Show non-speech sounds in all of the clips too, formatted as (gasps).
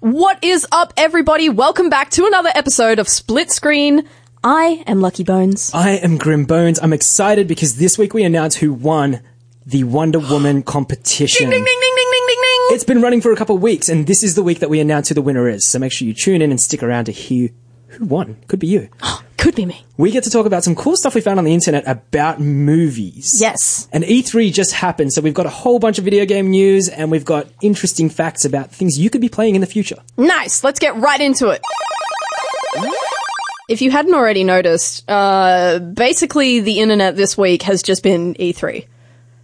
What is up, everybody? Welcome back to another episode of Split Screen. I am Lucky Bones. I am Grim Bones. I'm excited because this week we announce who won (gasps) the Wonder Woman competition. Ding, ding, ding, ding, ding, ding, ding, ding. It's been running for a couple of weeks, and this is the week that we announce who the winner is. So make sure you tune in and stick around to hear who won. Could be you. Could be me. We get to talk about some cool stuff we found on the internet about movies. Yes. And E3 just happened, so we've got a whole bunch of video game news, and we've got interesting facts about things you could be playing in the future. Nice. Let's get right into it. If you hadn't already noticed, uh, basically the internet this week has just been E E3.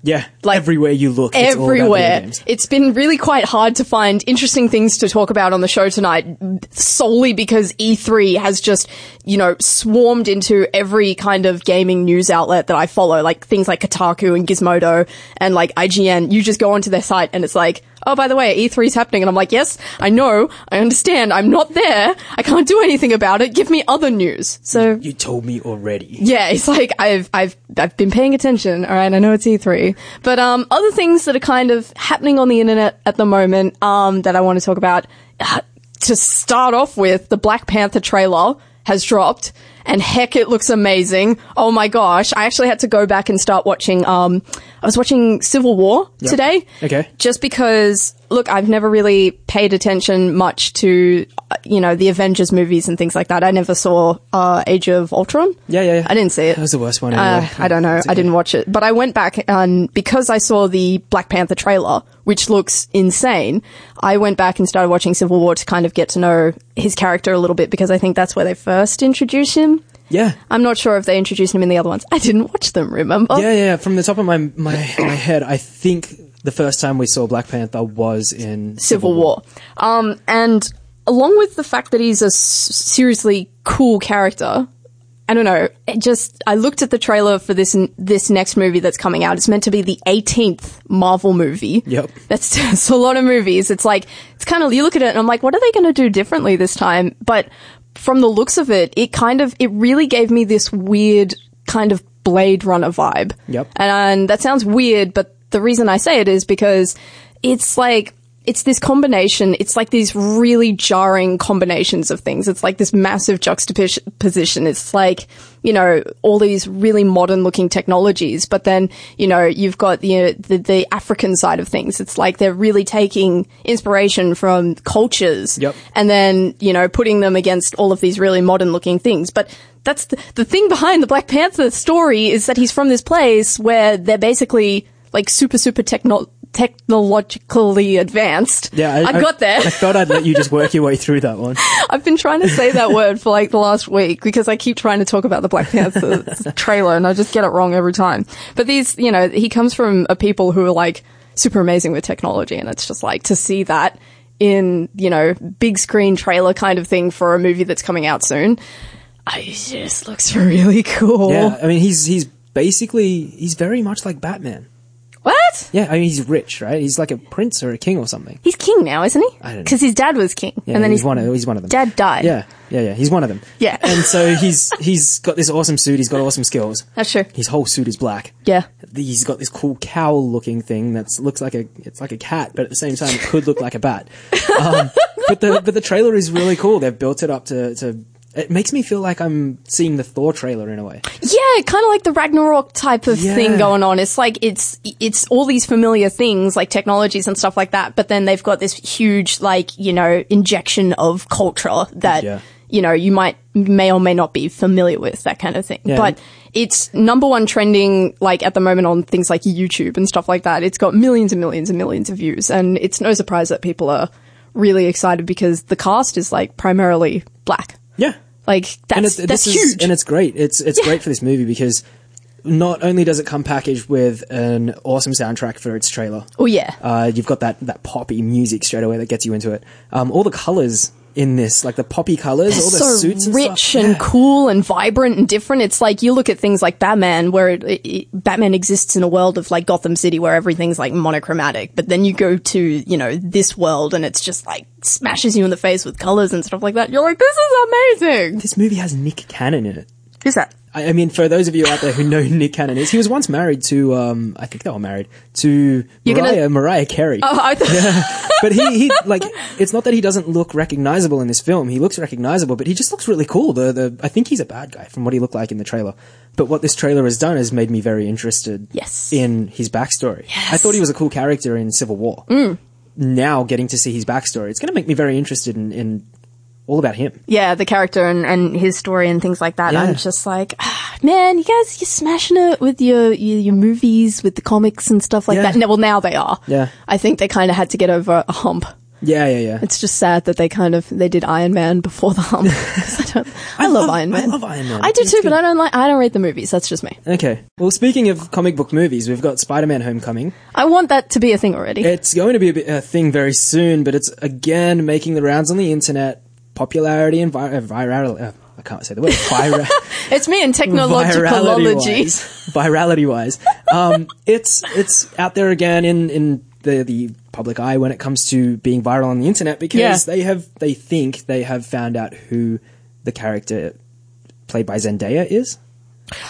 Yeah, Like, everywhere you look, it's all about video Everywhere. games. It's been really quite hard to find interesting things to talk about on the show tonight solely because E3 has just, you know, swarmed into every kind of gaming news outlet that I follow, like things like Kotaku and Gizmodo and like IGN. You just go onto their site and it's like, oh, by the way, E3's happening. And I'm like, yes, I know. I understand. I'm not there. I can't do anything about it. Give me other news. So You told me already. yeah, it's like I've I've I've been paying attention. All right, I know it's E3, but um, other things that are kind of happening on the internet at the moment um that I want to talk about. uh, To start off with, the Black Panther trailer has dropped, and heck, it looks amazing. Oh my gosh, I actually had to go back and start watching. Um, I was watching Civil War today. Okay. Just because, look, I've never really paid attention much to, uh, you know, the Avengers movies and things like that. I never saw uh, Age of Ultron. Yeah, yeah, yeah. I didn't see it. That was the worst one. Uh, Anyway. I don't know. I didn't watch it, but I went back and because I saw the Black Panther trailer, which looks insane, I went back and started watching Civil War to kind of get to know his character a little bit because I think that's where they first introduce him. Yeah. I'm not sure if they introduced him in the other ones. I didn't watch them. Remember? Yeah, yeah. From the top of my my, my head, I think the first time we saw Black Panther was in Civil War. Um, and along with the fact that he's a s- seriously cool character, I don't know. It just I looked at the trailer for this n- this next movie that's coming out. It's meant to be the 18th Marvel movie. Yep. that's, (laughs) that's a lot of movies. It's like it's kind of you look at it and I'm like, what are they going to do differently this time? But from the looks of it, it kind of it really gave me this weird kind of Blade Runner vibe. Yep. And that sounds weird, but the reason I say it is because it's like, it's this combination, it's like these really jarring combinations of things. It's like this massive juxtaposition. It's like, you know, all these really modern looking technologies, but then, you know, you've got the, the, the African side of things. It's like they're really taking inspiration from cultures Yep. and then you know putting them against all of these really modern looking things but that's the, the thing behind the black panther story is that he's from this place where they're basically like super super techno- technologically advanced Yeah, I, got there (laughs) I thought I'd let you just work your way through that one. i've been trying to say that word for like the last week because i keep trying to talk about the black panther (laughs) trailer and i just get it wrong every time but these you know he comes from a people who are like super amazing with technology and it's just like to see that in you know big screen trailer kind of thing for a movie that's coming out soon. I it just looks (laughs) really cool. Yeah, I mean he's he's basically he's very much like Batman. What? Yeah, I mean he's rich, right? He's like a prince or a king or something. He's king now, isn't he? I don't know. Because his dad was king, Yeah, and then he's his one of he's one of them. dad died. Yeah, yeah, yeah. He's one of them. Yeah. and (laughs) so he's he's got this awesome suit. He's got awesome skills. That's true. His whole suit is black. Yeah. He's got this cool cowl-looking thing that looks like a it's like a cat, but at the same time it could look like a bat. Um, but the but the trailer is really cool. They've built it up to to. It makes me feel like I'm seeing the Thor trailer in a way. Yeah, kind of like the Ragnarok type of Yeah. thing going on. It's like it's it's all these familiar things like technologies and stuff like that, but then they've got this huge like, you know, injection of culture that Yeah. you know, you might may or may not be familiar with that kind of thing. Yeah. But it's number one trending like at the moment on things like YouTube and stuff like that. It's got millions and millions and millions of views and it's no surprise that people are really excited because the cast is like primarily black. Yeah, Like and that's it's that's this huge. Is, and it's great. It's it's great for this movie because not only does it come packaged with an awesome soundtrack for its trailer. oh yeah. Uh, you've got that, that poppy music straight away that gets you into it. Um, all the colors in this, like the poppy colors, all the so suits and rich stuff. and Yeah. cool and vibrant and different. It's like you look at things like Batman, where it, it, it- Batman exists in a world of like Gotham City, where everything's like monochromatic. But then you go to you know this world, and it's just like smashes you in the face with colors and stuff like that. You're like, this is amazing. This movie has Nick Cannon in it. Who's that? I, I mean, for those of you out there who know (laughs) who Nick Cannon is, he was once married to, um, I think they were married to You're gonna- Mariah, Mariah Carey. Oh, I thought (laughs) But he, he like it's not that he doesn't look recognizable in this film. He looks recognizable, but he just looks really cool. The the I think he's a bad guy from what he looked like in the trailer. But what this trailer has done has made me very interested Yes. in his backstory. I thought he was a cool character in Civil War. Mm. Now getting to see his backstory, it's going to make me very interested in, in all about him. (laughs) yeah, the character and, and his story and things like that. Yeah. I'm just like, ah, man, you guys, you're smashing it with your, your your movies, with the comics and stuff like Yeah. that. No, well, now they are. Yeah. I think they kind of had to get over a hump. Yeah, (laughs) yeah, yeah. It's just sad that they kind of they did Iron Man before the (laughs) hump. 'Cause I, don't, I, love, Iron Man. I love Iron Man. I do too, but I don't like I don't read the movies. That's just me. Okay. Well, speaking of comic book movies, we've got Spider-Man: Homecoming. I want that to be a thing already. It's going to be a, bit, a thing very soon, but it's again making the rounds on the internet. Popularity and vir- uh, viral. Uh, I can't say the word. (laughs) Vira- it's me and virality technologicalology. wise. Virality wise, um, it's it's out there again in in the the public eye when it comes to being viral on the internet because Yeah. they have they think they have found out who the character played by Zendaya is.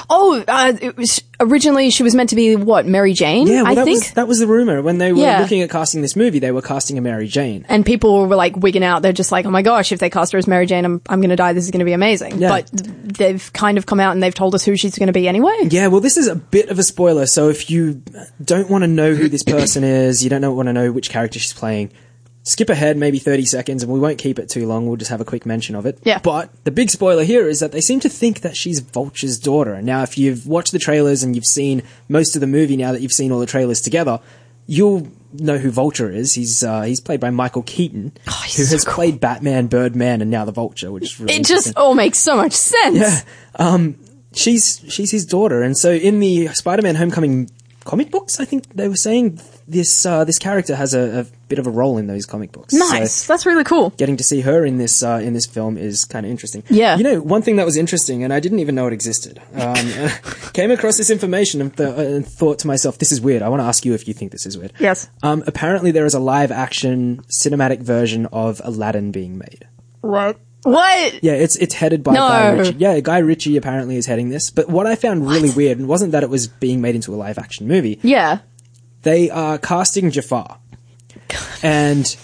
Oh, uh, it was originally she was meant to be what Mary Jane, Yeah, well, I that think. was that was the rumor when they were Yeah. looking at casting this movie. They were casting a Mary Jane. and people were like wigging out. They're just like, oh my gosh, if they cast her as Mary Jane, I'm, I'm going to die. This is going to be amazing. Yeah. But they've kind of come out and they've told us who she's going to be anyway. (laughs) Yeah, well, this is a bit of a spoiler. So if you don't want to know who this person is, you don't want to know which character she's playing, skip ahead maybe 30 seconds and we won't keep it too long. We'll just have a quick mention of it. Yeah. But the big spoiler here is that they seem to think that she's Vulture's daughter. Now, if you've watched the trailers and you've seen most of the movie now that you've seen all the trailers together, you'll know who Vulture is. He's uh, he's played by Michael Keaton, Oh, he's who so has played Batman, Birdman, and now the Vulture, which is really It interesting just all makes so much sense. (coughs) Um, she's she's his daughter, and so in the Spider-Man: Homecoming comic books, I think they were saying this uh, this character has a, a bit of a role in those comic books. Nice. So That's really cool. getting to see her in this uh, in this film is kind of interesting. Yeah. You know, one thing that was interesting, and I didn't even know it existed. Um, (laughs) came across this information and, th- uh, and thought to myself, "This is weird. I want to ask you if you think this is weird." Yes. Um, apparently, there is a live-action cinematic version of Aladdin being made. Right. What? Yeah, it's it's headed by Guy No. Ritchie. Yeah, Guy Ritchie apparently is heading this. But what I found really weird and wasn't that it was being made into a live action movie. Yeah. They are casting Jafar. And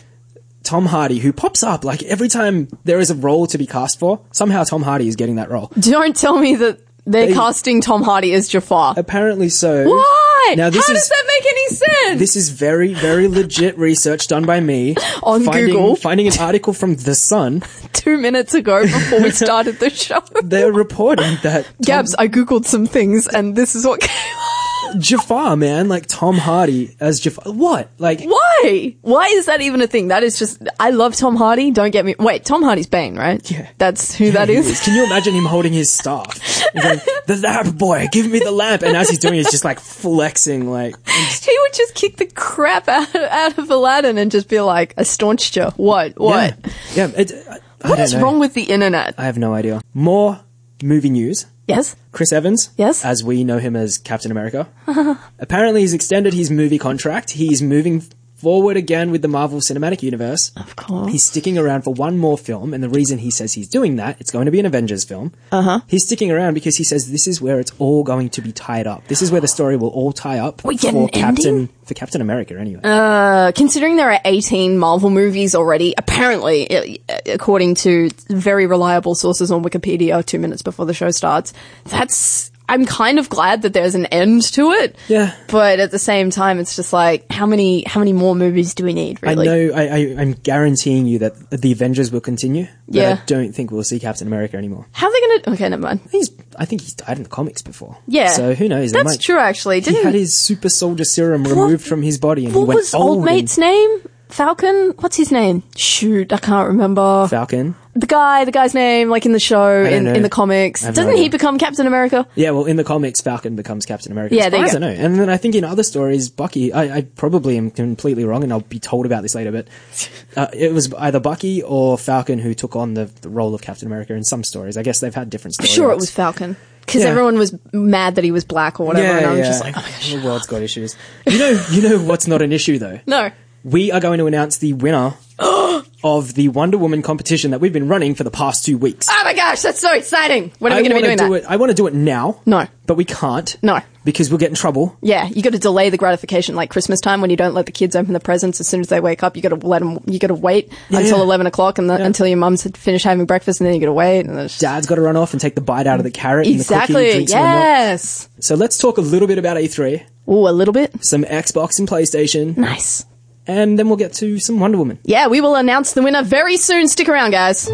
Tom Hardy, who pops up like every time there is a role to be cast for, somehow Tom Hardy is getting that role. Don't tell me that they're casting Tom Hardy as Jafar. Apparently so. Why? Now this How is does that make any sense? this is very, very legit research done by me (laughs) On finding, Google. Finding an article from The Sun, Two minutes ago before (laughs) we started the show. they're reporting that Tom Gabs, I googled some things and this is what came Jafar, man, like Tom Hardy as Jafar. What? Like Why? Why is that even a thing? That is just. I love Tom Hardy. Don't get me. Wait, Tom Hardy's Bane, right? Yeah. That's who that He is. is. Can you imagine him holding his staff? He's like, the lamp boy, give me the lamp. And as he's doing it, he's just like flexing, like, (laughs) he would just kick the crap out of, out of Aladdin and just be like, I staunched you. What? What? Yeah. yeah it, I, I What don't is know. wrong with the internet? I have no idea. More movie news. Yes? Chris Evans. Yes? As we know him as Captain America. (laughs) Apparently, he's extended his movie contract. He's moving forward again with the Marvel Cinematic Universe. Of course. Oh. He's sticking around for one more film, and the reason he says he's doing that, it's going to be an Avengers film. Uh-huh. He's sticking around because he says this is where it's all going to be tied up. This is where the story will all tie up We get for an ending? Captain for Captain America anyway. Uh, considering there are 18 Marvel movies already, apparently, i- according to very reliable sources on Wikipedia, two minutes before the show starts, that's. I'm kind of glad that there's an end to it. Yeah. But at the same time, it's just like, how many, how many more movies do we need, I really? know I, I I'm guaranteeing you that the Avengers will continue. But Yeah. I don't think we'll see Captain America anymore. How are they gonna, okay, never mind. He's I think he's died in the comics before. Yeah. So who knows? They That's might- true, actually. He had Didn't, his super soldier serum removed from his body and he what went was old and mate's name? Falcon? What's his name? Shoot, I can't remember. Falcon. the guy, the guy's name, like in the show, don't in, know. in the comics. I have no Doesn't he idea. become Captain America? Yeah, well, in the comics, Falcon becomes Captain America. Yeah, as there far you as I go. know. And then I think in other stories, Bucky. I, I probably am completely wrong, and I'll be told about this later. But (laughs) uh, it was either Bucky or Falcon who took on the, the role of Captain America in some stories. I guess they've had different stories. sure it was Falcon. Because Oh, Yeah. everyone was mad that he was black or whatever, and I'm just like, oh my gosh. the world's got issues. You know, you know what's not an issue though. No. (gasps) We are going to announce the winner of the Wonder Woman competition that we've been running for the past two weeks. Oh my gosh, that's so exciting! When are we I going to be wanna doing do that? it. I want to do it now. No. but we can't. No. because we'll get in trouble. Yeah, you got to delay the gratification, like Christmas time when you don't let the kids open the presents as soon as they wake up. You got to let them. You got to wait until eleven o'clock and the, until your mum's had finished having breakfast, and then you got to wait. And it's- Dad's got to run off and take the bite out of the carrot. And the cookie, exactly. drinks and whatnot. Yes. So let's talk a little bit about E3, Ooh, a little bit. some Xbox and PlayStation, Nice. and then we'll get to some Wonder Woman. Yeah, we will announce the winner very soon. Stick around, guys.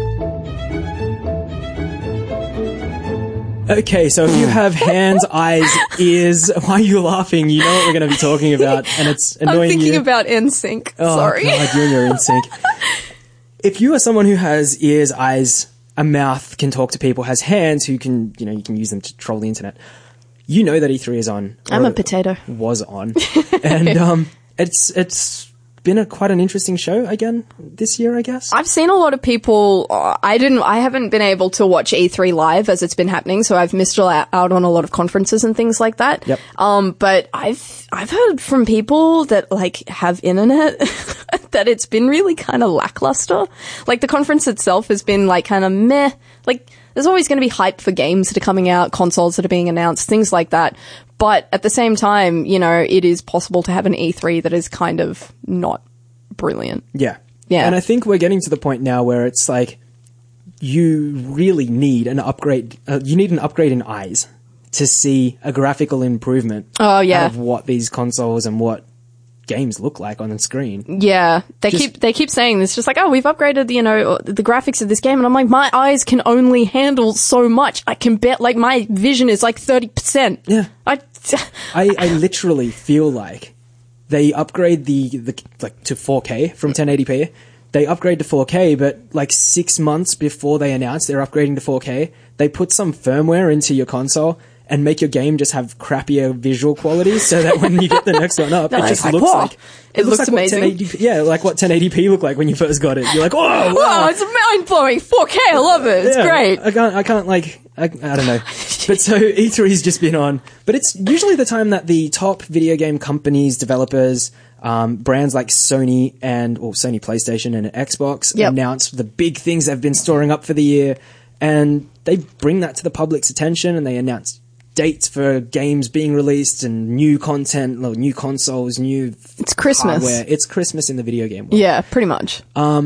Okay, so if (laughs) you have hands, eyes, ears, why are you laughing? You know what we're going to be talking about, and it's annoying (laughs) I'm thinking you. about NSYNC. Oh, Sorry. God, you and (laughs) your instinct. if you are someone who has ears, eyes, a mouth, can talk to people, has hands, who can you know you can use them to troll the internet, you know that E3 is on. I'm or a potato. (laughs) Was on, and um, it's it's been a quite an interesting show again this year, I guess. I've seen a lot of people. Uh, I didn't. I haven't been able to watch E3 live as it's been happening, so I've missed a lot- out on a lot of conferences and things like that. Yep. Um, but I've I've heard from people that like have internet (laughs) that it's been really kind of lackluster. Like the conference itself has been like kind of meh. Like there's always going to be hype for games that are coming out, consoles that are being announced, things like that. But at the same time, you know, it is possible to have an E3 that is kind of not brilliant. Yeah. Yeah. And I think we're getting to the point now where it's like you really need an upgrade. Uh, you need an upgrade in eyes to see a graphical improvement. Oh, yeah. out of what these consoles and what games look like on the screen. Yeah, they Just- keep they keep saying this, just like, oh, we've upgraded, you know, the graphics of this game, and I'm like, my eyes can only handle so much. I can bet, like, my vision is like thirty percent. Yeah. I, (laughs) I, I literally feel like they upgrade the, the like to 4K from 1080p. They upgrade to 4K, but like six months before they announce they're upgrading to 4K, they put some firmware into your console and make your game just have crappier visual quality, so that when you get the next one (laughs) up, it it's just like, looks "Whoa." like It looks like amazing. What 1080p, yeah, like what 1080p looked like when you first got it. You're like, oh, (laughs) wow. wow, it's mind blowing. Four K, I love it. It's Yeah, Uh, great. I can't. I can't like. I, I don't (laughs) know. but so E3's just been on. But it's usually the time that the top video game companies, developers, um, brands like Sony and or Sony PlayStation and Xbox Yep. announce the big things they've been storing up for the year, and they bring that to the public's attention, and they announce dates for games being released and new content, like, new consoles, new It's Christmas. hardware. It's Christmas in the video game world Yeah, pretty much. uh,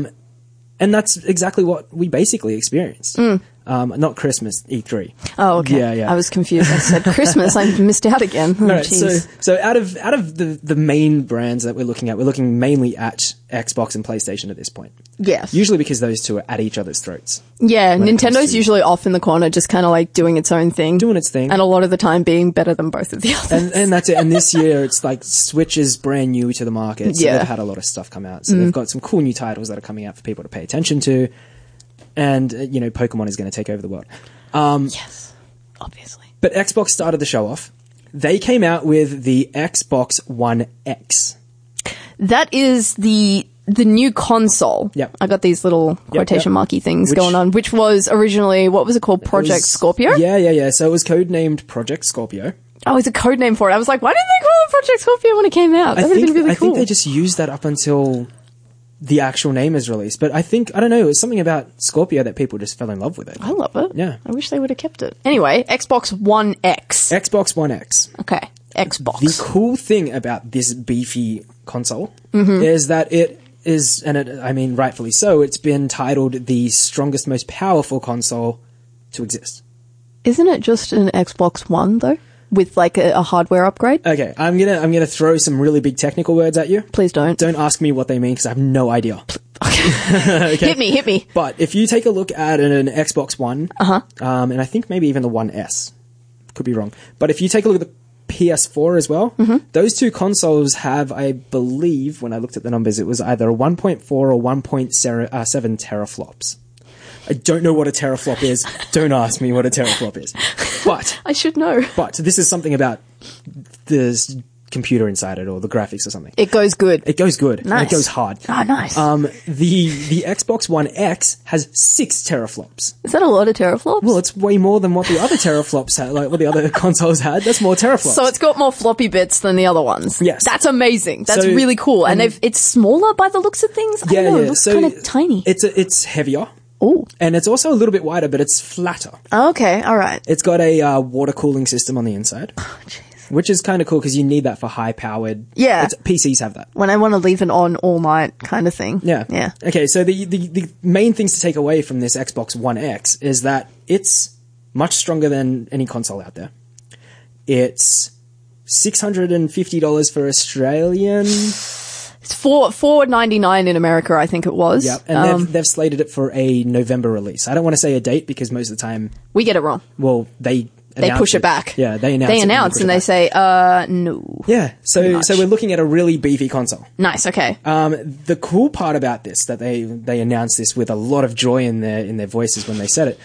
and that's exactly what we basically experienced. Um, not Christmas E3. Mm. oh, okay. yeah, yeah. I was confused. I said Christmas. (laughs) I missed out again. Oh, All right, so, jeez. so out of out of the, the main brands that we're looking at, we're looking mainly at Xbox and PlayStation at this point. Yes. Usually because those two are at each other's throats, yeah, when it comes Nintendo's to- usually off in the corner, just kind of like doing its own thing, doing its thing. and a lot of the time being better than both of the others. and, and that's it. And this year, it's like Switch is brand new to the market. So Yeah. Mm. they've had a lot of stuff come out. So they've got some cool new titles that are coming out for people to pay attention to. And, uh, you know, Pokemon is going to take over the world. (laughs) yes, obviously. But Xbox started the show off. They came out with the Xbox One X. That is the the new console. Yep. I got these little quotation marky things Which- going on, which was originally what was it called? Project was- Scorpio. Yeah, yeah, yeah. So it was codenamed Project Scorpio. Oh, it's a code name for it. I was like, why didn't they call it Project Scorpio when it came out? That I would have think, been really I cool. think they just used that up until the actual name is released. But I think, I don't know, it was something about Scorpio that people just fell in love with it. I love it. Yeah. I wish they would have kept it. Anyway, Xbox One X. Xbox One X. Okay. The Xbox. cool thing about this beefy console Mm-hmm. is that it is, and it, I mean, rightfully so, it's been titled the strongest, most powerful console to exist. Isn't it just an Xbox One though? With like a, a hardware upgrade? Okay, I'm gonna I'm gonna throw some really big technical words at you. Please don't. (laughs) Don't ask me what they mean because I have no idea. (laughs) Hit me, hit me. But if you take a look at an, an Xbox One, uh-huh. um, and I think maybe even the One S, could be wrong. But if you take a look at the PS4 as well, Mm-hmm. those two consoles have, I believe, when I looked at the numbers, it was either a 1.4 or 1.7 uh, seven teraflops. I don't know what a (laughs) teraflop is. don't ask me what a teraflop is. But I should know. but this is something about the s- computer inside it or the graphics or something. It goes good. It goes good. and Nice. It goes hard. Ah, nice. Um, the the Xbox One X has six teraflops. Is that a lot of teraflops? Well, it's way more than what the other teraflops had, like what the other (laughs) consoles had. That's more teraflops. so it's got more floppy bits than the other ones. Yes. that's amazing. That's So- um, really cool, and they've, it's smaller by the looks of things. I don't know, it looks kind of tiny. It's a, it's heavier. Ooh. And it's also a little bit wider, but it's flatter. Okay, all right. It's got a uh, water cooling system on the inside, Oh, which is kind of cool because you need that for high powered. Yeah. It's, PCs have that. When I want to leave it on all night, kind of thing. Yeah. yeah. Okay, so the, the the main things to take away from this Xbox One X is that it's much stronger than any console out there. It's six hundred and fifty dollars for Australian. It's four four ninety nine in America, I think it was. Yep, and um, they've, they've slated it for a November release. I don't want to say a date because most of the time, we get it wrong. well, they They announce push it back. Yeah, they announce. They it and announce push and it they back. say, "Uh, no." Yeah, so much. so we're looking at a really beefy console. Nice. Okay. Um, the cool part about this that they they announced this with a lot of joy in their in their voices when they said it.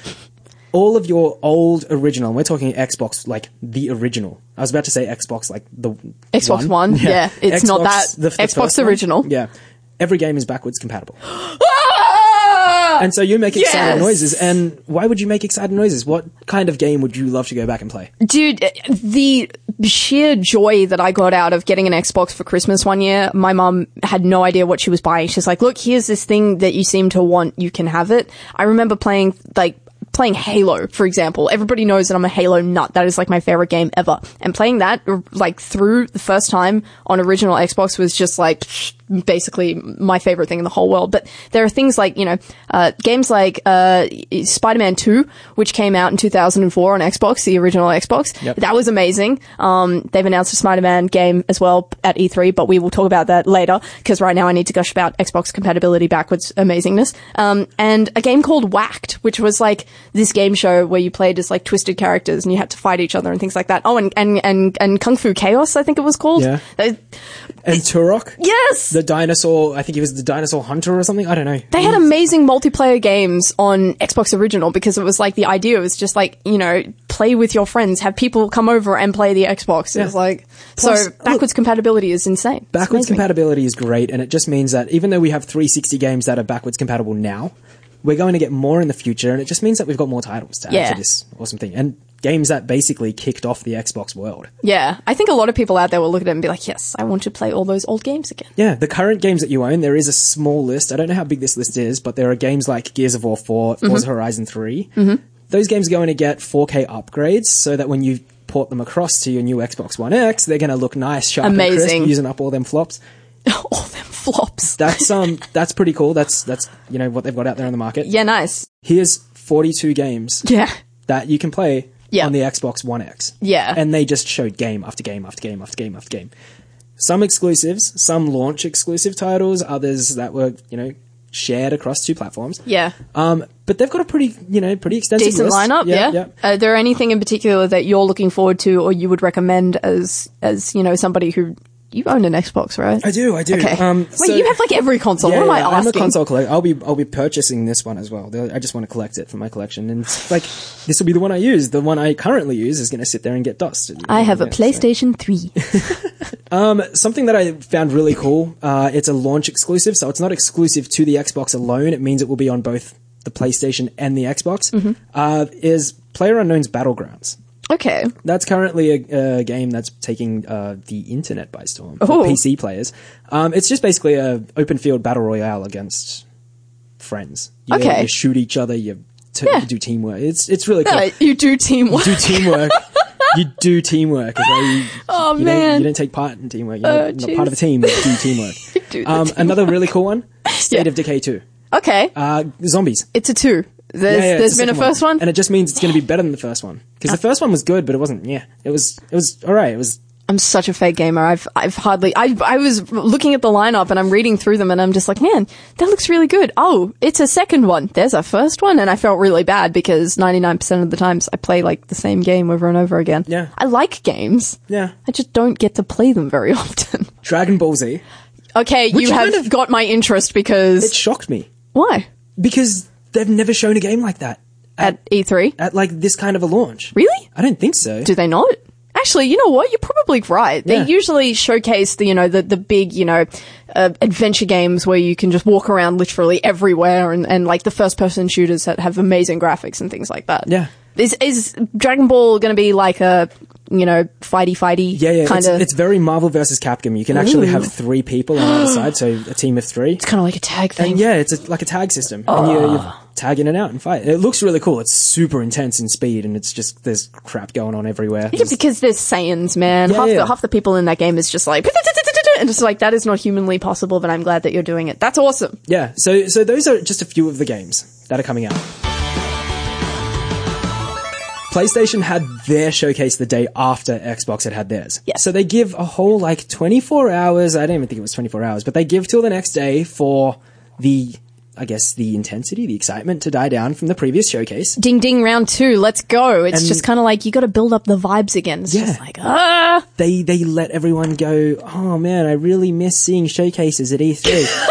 All of your old original, and we're talking Xbox like the original. I was about to say Xbox like the Xbox (laughs) One, yeah. It's not that- Xbox first one. original. Yeah, every game is backwards compatible, Ah! and so you make excited Yes! noises. And why would you make excited noises? What kind of game would you love to go back and play? Dude, uh, the sheer joy that I got out of getting an Xbox for Christmas one year, my mum had no idea what she was buying. She's like, look, here's this thing that you seem to want. You can have it. I remember playing, like, playing Halo, for example. Everybody knows that I'm a Halo nut. That is like my favorite game ever. And playing that, r- like, through the first time on original Xbox was just like, basically my favorite thing in the whole world. But there are things like, you know, uh, games like, uh, Spider-Man 2, which came out in 2004 on Xbox, the original Xbox. Yep. That was amazing. Um, they've announced a Spider-Man game as well at E3, but we will talk about that later because right now I need to gush about Xbox compatibility backwards amazingness. Um, and a game called Whacked, which was like this game show where you played as like twisted characters and you had to fight each other and things like that. Oh, and, and, and, and Kung Fu Chaos, I think it was called. Yeah. They- And Turok, yes! the dinosaur. I think he was the dinosaur hunter or something. I don't know. they had amazing multiplayer games on Xbox Original because it was like the idea was just like, you know, play with your friends, have people come over and play the Xbox. It was like, Plus, so backwards compatibility is insane. It's backwards amazing. compatibility is great, and it just means that even though we have 360 games that are backwards compatible now, we're going to get more in the future, and it just means that we've got more titles to add Yeah. to this awesome thing. And games that basically kicked off the Xbox world. Yeah. I think a lot of people out there will look at it and be like, yes, I want to play all those old games again. (laughs) Yeah, the current games that you own, there is a small list. I don't know how big this list is, but there are games like Gears of War 4, Mm-hmm. Forza Horizon 3. Those games are going to get 4K upgrades so that when you port them across to your new Xbox One X, they're going to look nice, sharp, and Amazing. crisp, using up all them flops. all them flops. That's um, that's pretty cool. That's that's you know what they've got out there on the market. yeah, nice. here's 42 games Yeah. that you can play Yeah. on the Xbox One X. Yeah. And they just showed game after game after game after game after game. Some exclusives, some launch exclusive titles, others that were, you know, shared across two platforms. Yeah. Um, but they've got a pretty, you know, pretty extensive Decent list. lineup, yeah. Are there anything in particular that you're looking forward to or you would recommend as, as, you know, somebody who, you own an Xbox, right? I do, I do. Okay. Um, Wait, so- you have like every console. Yeah, what am I yeah, asking? I'm a console collector. I'll be I'll be purchasing this one as well. The- I just want to collect it for my collection, and like this will be the one I use. The one I currently use is going to sit there and get dust. I have a Yeah, so- PlayStation (laughs) 3. something that I found really cool. Uh, it's a launch exclusive, so it's not exclusive to the Xbox alone. It means it will be on both the PlayStation and the Xbox. Mm-hmm. Uh, is Player Unknown's Battlegrounds? okay. That's currently a, a game that's taking uh, the internet by storm for Oh. PC players. Um, it's just basically a open field battle royale against friends. You, Okay. you shoot each other. You t- Yeah. do teamwork. It's it's really cool. No, you do teamwork. do (laughs) teamwork. you do teamwork. Okay? You, Oh, you man. Don't, you don't take part in teamwork. You're not- Oh, not, jeez. part of a team. You do teamwork. (laughs) do the um, another really (laughs) cool one: State of Decay Two. okay. Uh, zombies. it's a two. There's, Yeah, yeah, there's it's the been a second one. first one. Ah. and it just means it's going to be better than the first one because the first one was good, but it wasn't. Yeah, it was. It was all right. It was. I'm such a fake gamer. I've I've hardly I I was looking at the lineup and I'm reading through them and I'm just like, man, that looks really good. Oh, it's a second one. There's a first one, and I felt really bad because 99% of the times I play like the same game over and over again. Yeah. I like games. Yeah. I just don't get to play them very (laughs) often. Dragon Ball Z. Okay, Which you have kind of- got my interest because It shocked me why because they've never shown a game like that at at E3? at like this kind of a launch. Really? I don't think so. Do they not? actually, you know what? You're probably right. They Yeah. usually showcase the, you know, the, the big, you know, uh, adventure games where you can just walk around literally everywhere and, and like the first person shooters that have amazing graphics and things like that. Yeah. Is, is Dragon Ball going to be like a, you know, fighty fighty Yeah, yeah. kind It's, of? it's very Marvel versus Capcom. You can actually have three people on either side, so a team of three. kind of Ah. like a tag thing. And Uh, yeah, it's a, like a tag system, and you, you tag in and out and fight. It looks really cool. It's super intense in speed, and it's just there's crap going on everywhere. Yeah, There's- because there's Saiyans, man. Yeah, half, The, yeah. half the people in that game is just like, (laughs) and it's like, that is not humanly possible, but I'm glad that you're doing it. That's awesome. yeah. So so those are just a few of the games that are coming out. PlayStation had their showcase the day after Xbox had had theirs. Yes. So they give a whole like 24 hours. I don't even think it was 24 hours, but they give till the next day for the, I guess, the intensity, the excitement to die down from the previous showcase. Ding ding round two, let's go. It's And- just kind of like, you gotta build up the vibes again. It's just Yeah. like, ah. they they let everyone go. Oh man, I really miss seeing showcases at E E3.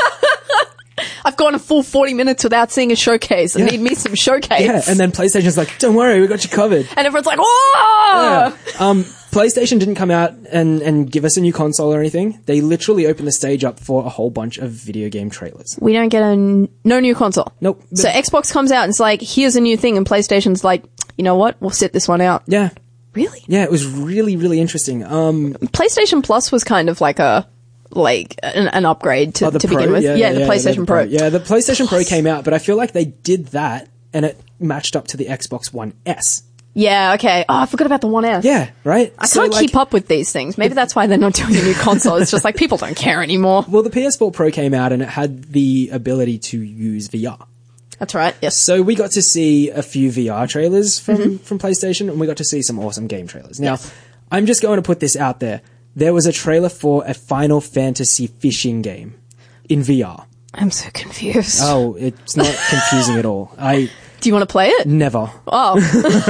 I've gone a full 40 minutes without seeing a showcase. I Yeah. need me some showcase. yeah, and then PlayStation's like, don't worry, we got you covered. And everyone's like, oh! Yeah. Um, PlayStation didn't come out and and give us a new console or anything. They literally opened the stage up for a whole bunch of video game trailers. We don't get a n- no new console. Nope. So Xbox comes out and it's like, here's a new thing, and PlayStation's like, you know what? We'll sit this one out. Yeah. Really? Yeah, it was really, really interesting. Um, PlayStation Plus was kind of like a like an, an upgrade to, Oh, the to Pro- begin with. Yeah, the PlayStation Pro. Yeah, the PlayStation Pro came out, but I feel like they did that and it matched up to the Xbox One S. Yeah, okay. Oh, I forgot about the One S. Yeah, right? I can't keep up with these things. Maybe that's why they're not doing a new console. It's just like people don't care anymore. Well, the PS4 Pro came out and it had the ability to use VR. That's right. Yes. So we got to see a few VR trailers from, from PlayStation and we got to see some awesome game trailers. Now, I'm just going to put this out there. There was a trailer for a Final Fantasy fishing game in VR. I'm so confused. Oh, it's not confusing at all. I Do you want to play it? never. Oh,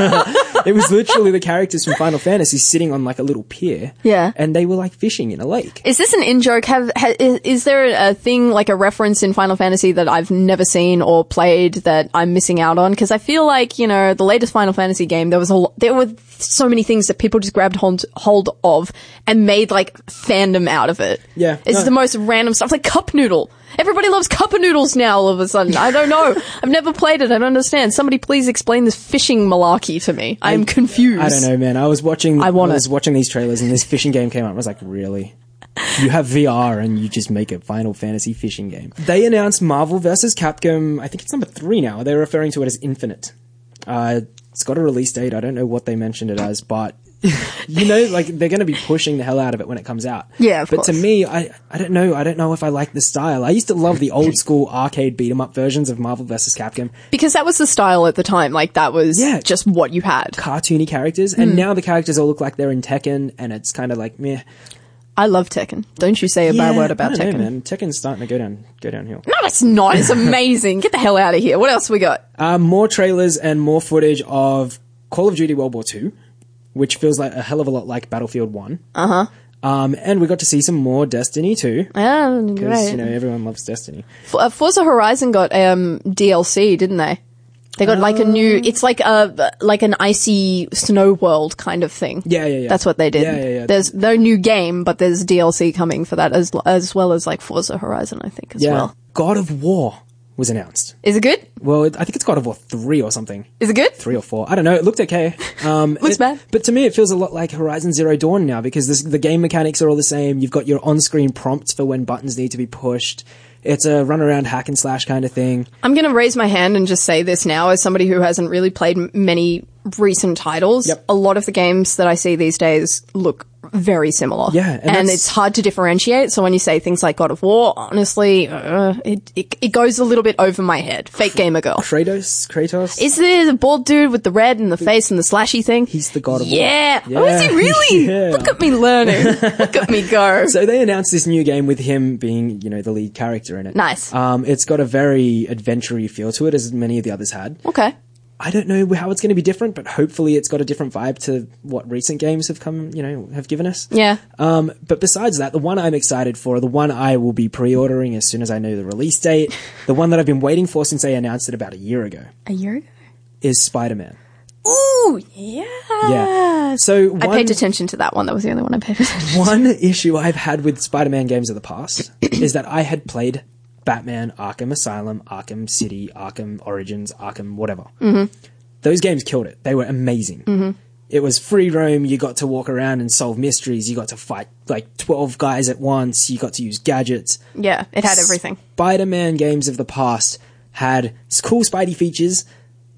It was literally the characters from Final Fantasy sitting on like a little pier. Yeah. And they were like fishing in a lake. is this an in joke? Have ha, is, is there a thing like a reference in Final Fantasy that I've never seen or played that I'm missing out on? Because I feel like you know the latest Final Fantasy game there was a lot, there were so many things that people just grabbed hold, hold of and made like fandom out of it. Yeah, it's no. the most random stuff like cup noodle. Everybody loves cup noodles now. All of a sudden, I don't (laughs) know. I've never played it. I don't understand. Somebody please explain this fishing malarkey to me. I'm confused. I don't know, man. I was watching. I, want was it. watching these trailers, and this fishing game came out. I was like, really? You have VR, and you just make a Final Fantasy fishing game. They announced Marvel vs. Capcom. I think it's number three now. They're referring to it as Infinite. Uh, it's got a release date. I don't know what they mentioned it (laughs) as, but you know, like they're going to be pushing the hell out of it when it comes out. Yeah, of but to course. me, I I don't know. I don't know if I like the style. I used to love (laughs) the old school arcade beat 'em up versions of Marvel vs. Capcom. because that was the style at the time. Like that was Yeah. just what you had. Cartoony characters, and Hmm. now the characters all look like they're in Tekken, and it's kind of like meh. I love Tekken. Don't you say a bad Yeah, word about I don't Tekken. know, man. Tekken's starting to go down, go downhill. No, it's not. (laughs) It's amazing. Get the hell out of here. What else we got? Um, more trailers and more footage of Call of Duty World War Two, which feels like a hell of a lot like Battlefield One. Uh Uh-huh. huh. Um, and we got to see some more Destiny Two. Oh, Because great. you know everyone loves Destiny. F- uh, Forza Horizon got um, DLC, didn't they? They got like a new. Um, It's like a like an icy snow world kind of thing. Yeah, yeah, yeah. That's what they did. Yeah, yeah, yeah. There's no new game, but there's DLC coming for that as as well as like Forza Horizon, I think as Yeah. well. God of War was announced. Is it good? Well, it, I think it's God of War Three or something. Is it good? three or four. I don't know. It looked okay. Um, Looks it- bad. But to me, it feels a lot like Horizon Zero Dawn now because this, the game mechanics are all the same. You've got your on-screen prompts for when buttons need to be pushed. It's a run-around hack and slash kind of thing. I'm going to raise my hand and just say this now as somebody who hasn't really played m- many recent titles. Yep. A lot of the games that I see these days look very similar. Yeah, and And, that's- it's hard to differentiate. So when you say things like God of War, honestly, uh, it, it, it goes a little bit over my head. Fake Gamer Girl. Kratos, Kratos. Is there the bald dude with the red and the face and the slashy thing? He's the god of war. yeah. Oh, is he Yeah. (laughs) really? Yeah. Look at me (laughs) learning. Look at me go. so they announced this new game with him being, you know, the lead character in it. Nice. Um, it's got a very adventure-y feel to it, as many of the others had. okay. I don't know how it's going to be different, but hopefully it's got a different vibe to what recent games have come, you know, have given us. Yeah. Um, but besides that, the one I'm excited for, the one I will be pre-ordering as soon as I know the release date, the one that I've been waiting for since they announced it about a year ago, A year ago? is Spider-Man. Ooh, yeah. Yeah. So one, Ah, I paid attention to that one. That was the only one I paid attention to. one issue I've had with Spider-Man games of the (clears throat) past is that I had played Batman, Arkham Asylum, Arkham City, Arkham Origins, Arkham whatever. Mm-hmm. Those games killed it. They were amazing. It was free roam. You got to walk around and solve mysteries. You got to fight like 12 guys at once. You got to use gadgets. Yeah, it had everything. Spider-Man games of the past had s- cool Spidey features,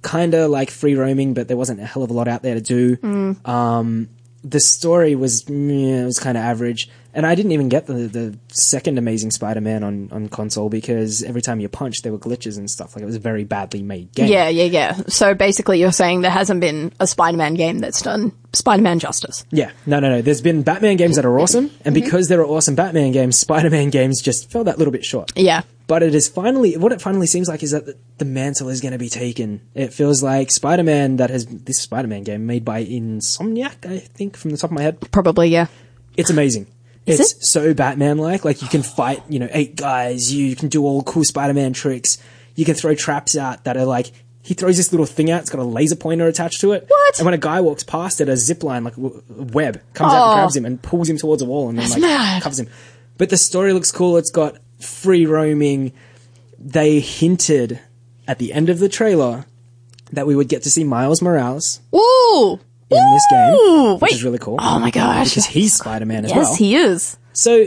kind of like free roaming, but there wasn't a hell of a lot out there to do. Mm. Um, the story was meh, it was kind of average, and I didn't even get the the second Amazing Spider-Man on on console because every time you punched, there were glitches and stuff. Like it was a very badly made game. Yeah, yeah, yeah. So basically, you're saying there hasn't been a Spider-Man game that's done Spider-Man justice. Yeah, no, no, no. There's been Batman games that are awesome, and Mm-hmm. because there are awesome Batman games, Spider-Man games just fell that little bit short. Yeah, But it is finally what it finally seems like is that the, the mantle is going to be taken. It feels like Spider-Man that has this Spider-Man game made by Insomniac, I think, from the top of my head. probably. Yeah, It's amazing. Is it's it? so Batman-like. Like you can fight, you know, eight guys. You can do all cool Spider-Man tricks. You can throw traps out that are like. He throws this little thing out. It's got a laser pointer attached to it. What? And when a guy walks past it, a zip line, like a w- a web, comes out and Oh. grabs him and pulls him towards a wall and then like mad. covers him. But the story looks cool. It's got free roaming they hinted at the end of the trailer that we would get to see Miles Morales Ooh. in this Ooh, game, which wait. is really cool Oh my gosh. because he's Spider-Man as yes, well. he is. so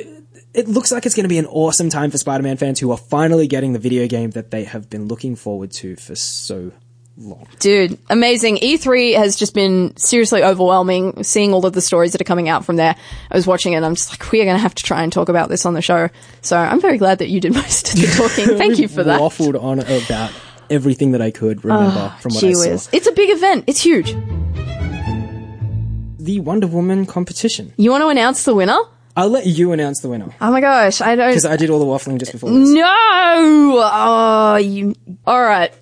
it looks like it's going to be an awesome time for Spider-Man fans who are finally getting the video game that they have been looking forward to for so long. Dude, amazing. E3 has just been seriously overwhelming seeing all of the stories that are coming out from there. I was watching it and I'm just like, we are going to have to try and talk about this on the show. So I'm very glad that you did (laughs) most of the (laughs) talking. Thank you We've for that. Ah, Waffled on about everything that I could remember from what Gee I saw. whiz. It's a big event. It's huge. The Wonder Woman competition. You want to announce the winner? I'll let you announce the winner Oh my gosh. I don't. because I did all the waffling just before. This. No! Oh, you. All right.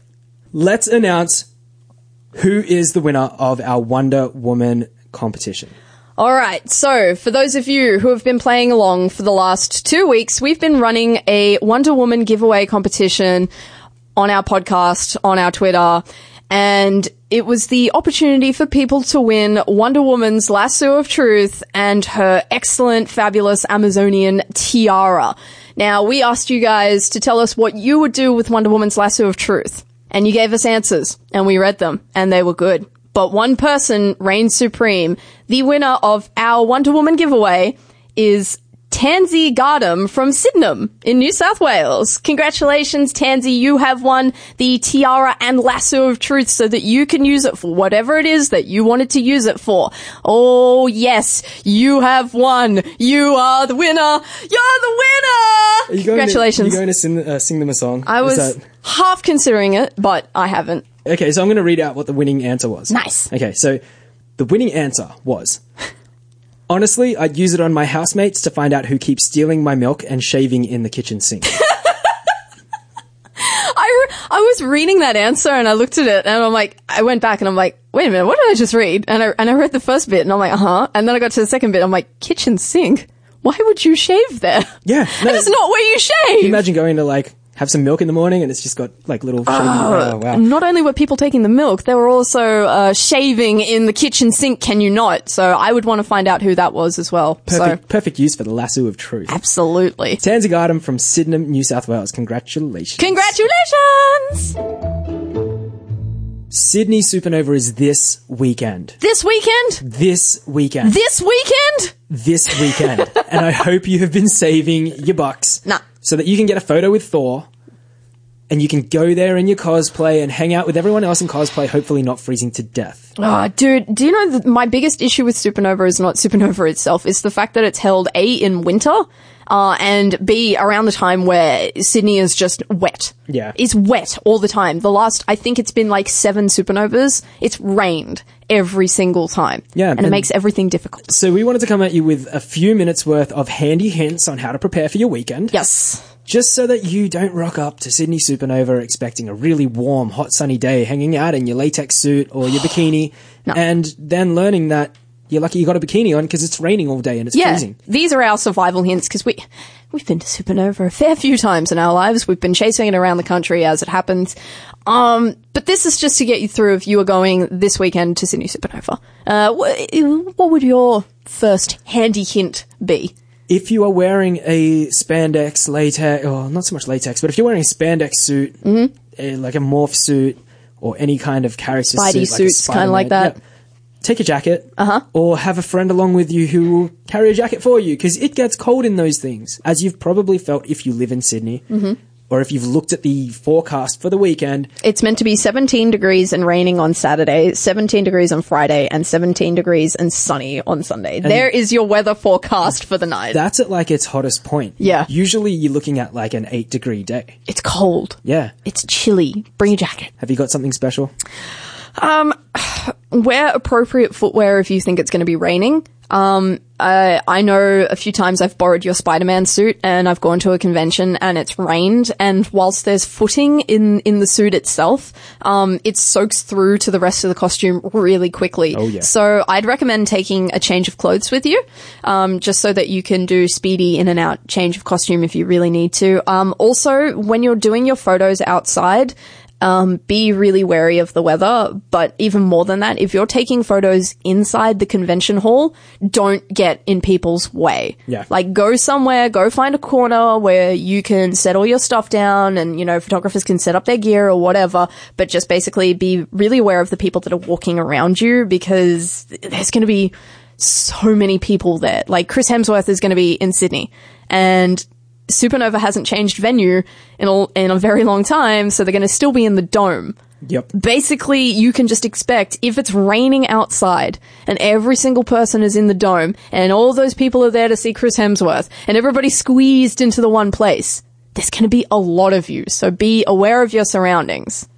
let's announce who is the winner of our Wonder Woman competition. All right. So, for those of you who have been playing along for the last two weeks, we've been running a Wonder Woman giveaway competition on our podcast, on our Twitter, and it was the opportunity for people to win Wonder Woman's Lasso of Truth and her excellent, fabulous Amazonian tiara. Now, we asked you guys to tell us what you would do with Wonder Woman's Lasso of Truth, and you gave us answers, and we read them, and they were good but one person reigns supreme. The winner of our Wonder Woman giveaway is Tansy Gardam from Sydenham in New South Wales. Congratulations, Tansy. You have won the tiara and lasso of truth so that you can use it for whatever it is that you wanted to use it for. Oh yes, you have won. You are the winner. You're the winner. Are you going Congratulations. To, you're going to sing, uh, sing them a song. I was half considering it, but I haven't. okay, so I'm going to read out what the winning answer was. Nice. Okay, so the winning answer was. Honestly, I'd use it on my housemates to find out who keeps stealing my milk and shaving in the (laughs) kitchen sink. I, re- I was reading that answer and I looked at it and I'm like, I went back and I'm like, wait a minute, what did I just read? And I, and I read the first bit and I'm like, uh huh. And then I got to the second bit. I'm like, kitchen sink. Why would you shave there? (laughs) Yeah, no. That's not where you shave. Imagine going to like have some milk in the morning and it's just got like little. shaving. oh wow. not only were people taking the milk, they were also uh, shaving in the kitchen sink. Can you not? So I would want to find out who that was as well. Perfect, So perfect use for the lasso of truth. absolutely. Tansy Gardam from Sydenham, New South Wales. Congratulations. Congratulations! Sydney Supernova is this weekend. This weekend? This weekend. This weekend? this (laughs) weekend. and I hope you have been saving your bucks. Nah. So that you can get a photo with Thor and you can go there in your cosplay and hang out with everyone else in cosplay, hopefully not freezing to death. Oh, dude, do you know that my biggest issue with Supernova is not Supernova itself, it's the fact that it's held A, in winter, uh, and B, around the time where Sydney is just wet. Yeah. It's wet all the time. The last, I think it's been like seven Supernovas, it's rained every single time. Yeah, And, it and- makes everything difficult. So we wanted to come at you with a few minutes worth of handy hints on how to prepare for your weekend. Yes. Just so that you don't rock up to Sydney Supernova expecting a really (sighs) warm, hot, sunny day, hanging out in your latex suit or your bikini, and then learning that you're lucky you got a bikini on because it's raining all day and it's Yeah, freezing. these are our survival hints because we we've been to supernova a fair few times in our lives. We've been chasing it around the country as it happens. Um, but this is just to get you through if you were going this weekend to Sydney Supernova. Uh, wh- what would your first handy hint be? if you are wearing a spandex latex, or not so much latex, but if you're wearing a spandex suit, Mm-hmm. eh, like a morph suit, or any kind of character Spidey suit, like a suits, kinda Spider-Man, like that. yeah, take a jacket, uh-huh. or have a friend along with you who will carry a jacket for you because it gets cold in those things, as you've probably felt if you live in Sydney, Mm-hmm. or if you've looked at the forecast for the weekend. It's meant to be 17 degrees and raining on Saturday, 17 degrees on Friday, and 17 degrees and sunny on Sunday. there is your weather forecast for the night. That's at like its hottest point. Yeah. Usually you're looking at like an eight degree day. it's cold. Yeah. It's chilly. Bring a jacket. Have you got something special? wear appropriate footwear if you think it's going to be raining. Um, I, I know a few times I've borrowed your Spider-Man suit and I've gone to a convention and it's rained and whilst there's footing in, in the suit itself, um, it soaks through to the rest of the costume really quickly. Oh, yeah. So I'd recommend taking a change of clothes with you, um, just so that you can do speedy in and out change of costume if you really need to. Um, also, when you're doing your photos outside, um, be really wary of the weather. But even more than that, if you're taking photos inside the convention hall, don't get in people's way. Yeah. Like go somewhere, go find a corner where you can set all your stuff down and, you know, photographers can set up their gear or whatever, but just basically be really aware of the people that are walking around you because there's going to be so many people there. Like Chris Hemsworth is going to be in Sydney and Supernova hasn't changed venue in all, in a very long time, so they're going to still be in the dome Yep. basically you can just expect if it's raining outside and every single person is in the dome and all those people are there to see Chris Hemsworth and everybody's squeezed into the one place, there's going to be a lot of you. So be aware of your surroundings.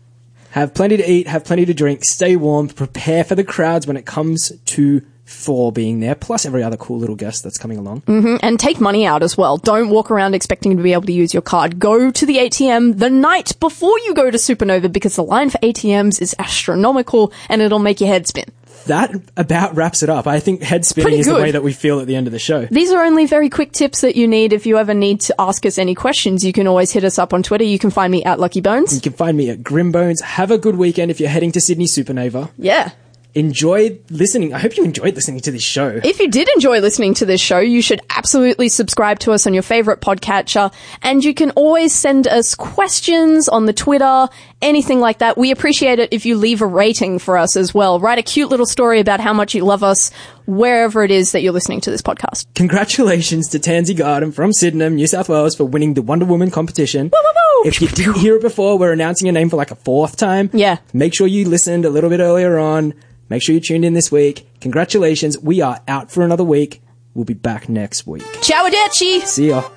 Have plenty to eat, have plenty to drink, stay warm, prepare for the crowds when it comes to Thor being there, plus every other cool little guest that's coming along. Mm, And take money out as well. Don't walk around expecting to be able to use your card. Go to the ATM the night before you go to Supernova because the line for ATMs is astronomical and it'll make your head spin. That about wraps it up. I think head spinning Pretty is good. the way that we feel at the end of the show. These are only very quick tips that you need. If you ever need to ask us any questions, you can always hit us up on Twitter. You can find me at Lucky Bones. You can find me at Grimbones. Have a good weekend if you're heading to Sydney Supernova. Yeah. Enjoy listening. I hope you enjoyed listening to this show. If you did enjoy listening to this show, you should absolutely subscribe to us on your favorite podcatcher. And you can always send us questions on the Twitter, anything like that. We appreciate it if you leave a rating for us as well. Write a cute little story about how much you love us wherever it is that you're listening to this podcast. Congratulations to Tansy Garden from Sydenham, New South Wales for winning the Wonder Woman competition. If you didn't hear it before, we're announcing your name for like a fourth time. Yeah. Make sure you listened a little bit earlier on. Make sure you tuned in this week. Congratulations. We are out for another week. We'll be back next week. Ciao, Adachi! See ya.